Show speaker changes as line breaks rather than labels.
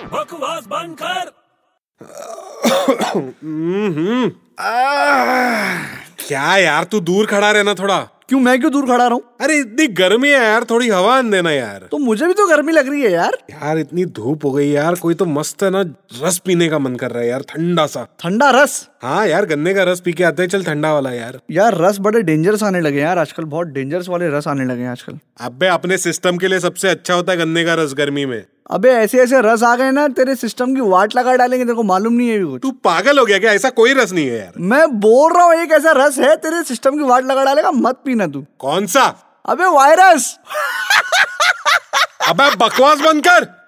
आवाज बंद कर
क्या यार तू दूर खड़ा रहना थोड़ा
क्यों मैं क्यों दूर खड़ा रहा हूँ
अरे इतनी गर्मी है यार थोड़ी हवा आने देना यार
तो मुझे भी तो गर्मी लग रही है यार
यार इतनी धूप हो गई यार कोई तो मस्त है ना रस पीने का मन कर रहा है यार ठंडा सा
ठंडा रस
हाँ यार गन्ने का रस पी के आते हैं चल ठंडा वाला यार
यार रस बड़े डेंजरस आने लगे हैं यार आजकल बहुत डेंजरस वाले रस आने लगे हैं आजकल
अबे अपने सिस्टम के लिए सबसे अच्छा होता है गन्ने का रस गर्मी में
अबे ऐसे ऐसे रस आ गए ना तेरे सिस्टम की वाट लगा डालेंगे तेरे को मालूम नहीं है ये कुछ
तू पागल हो गया क्या ऐसा कोई रस नहीं है यार
मैं बोल रहा हूँ एक ऐसा रस है तेरे सिस्टम की वाट लगा डालेगा मत पीना तू
कौन सा
अबे वायरस
अबे बकवास बंद कर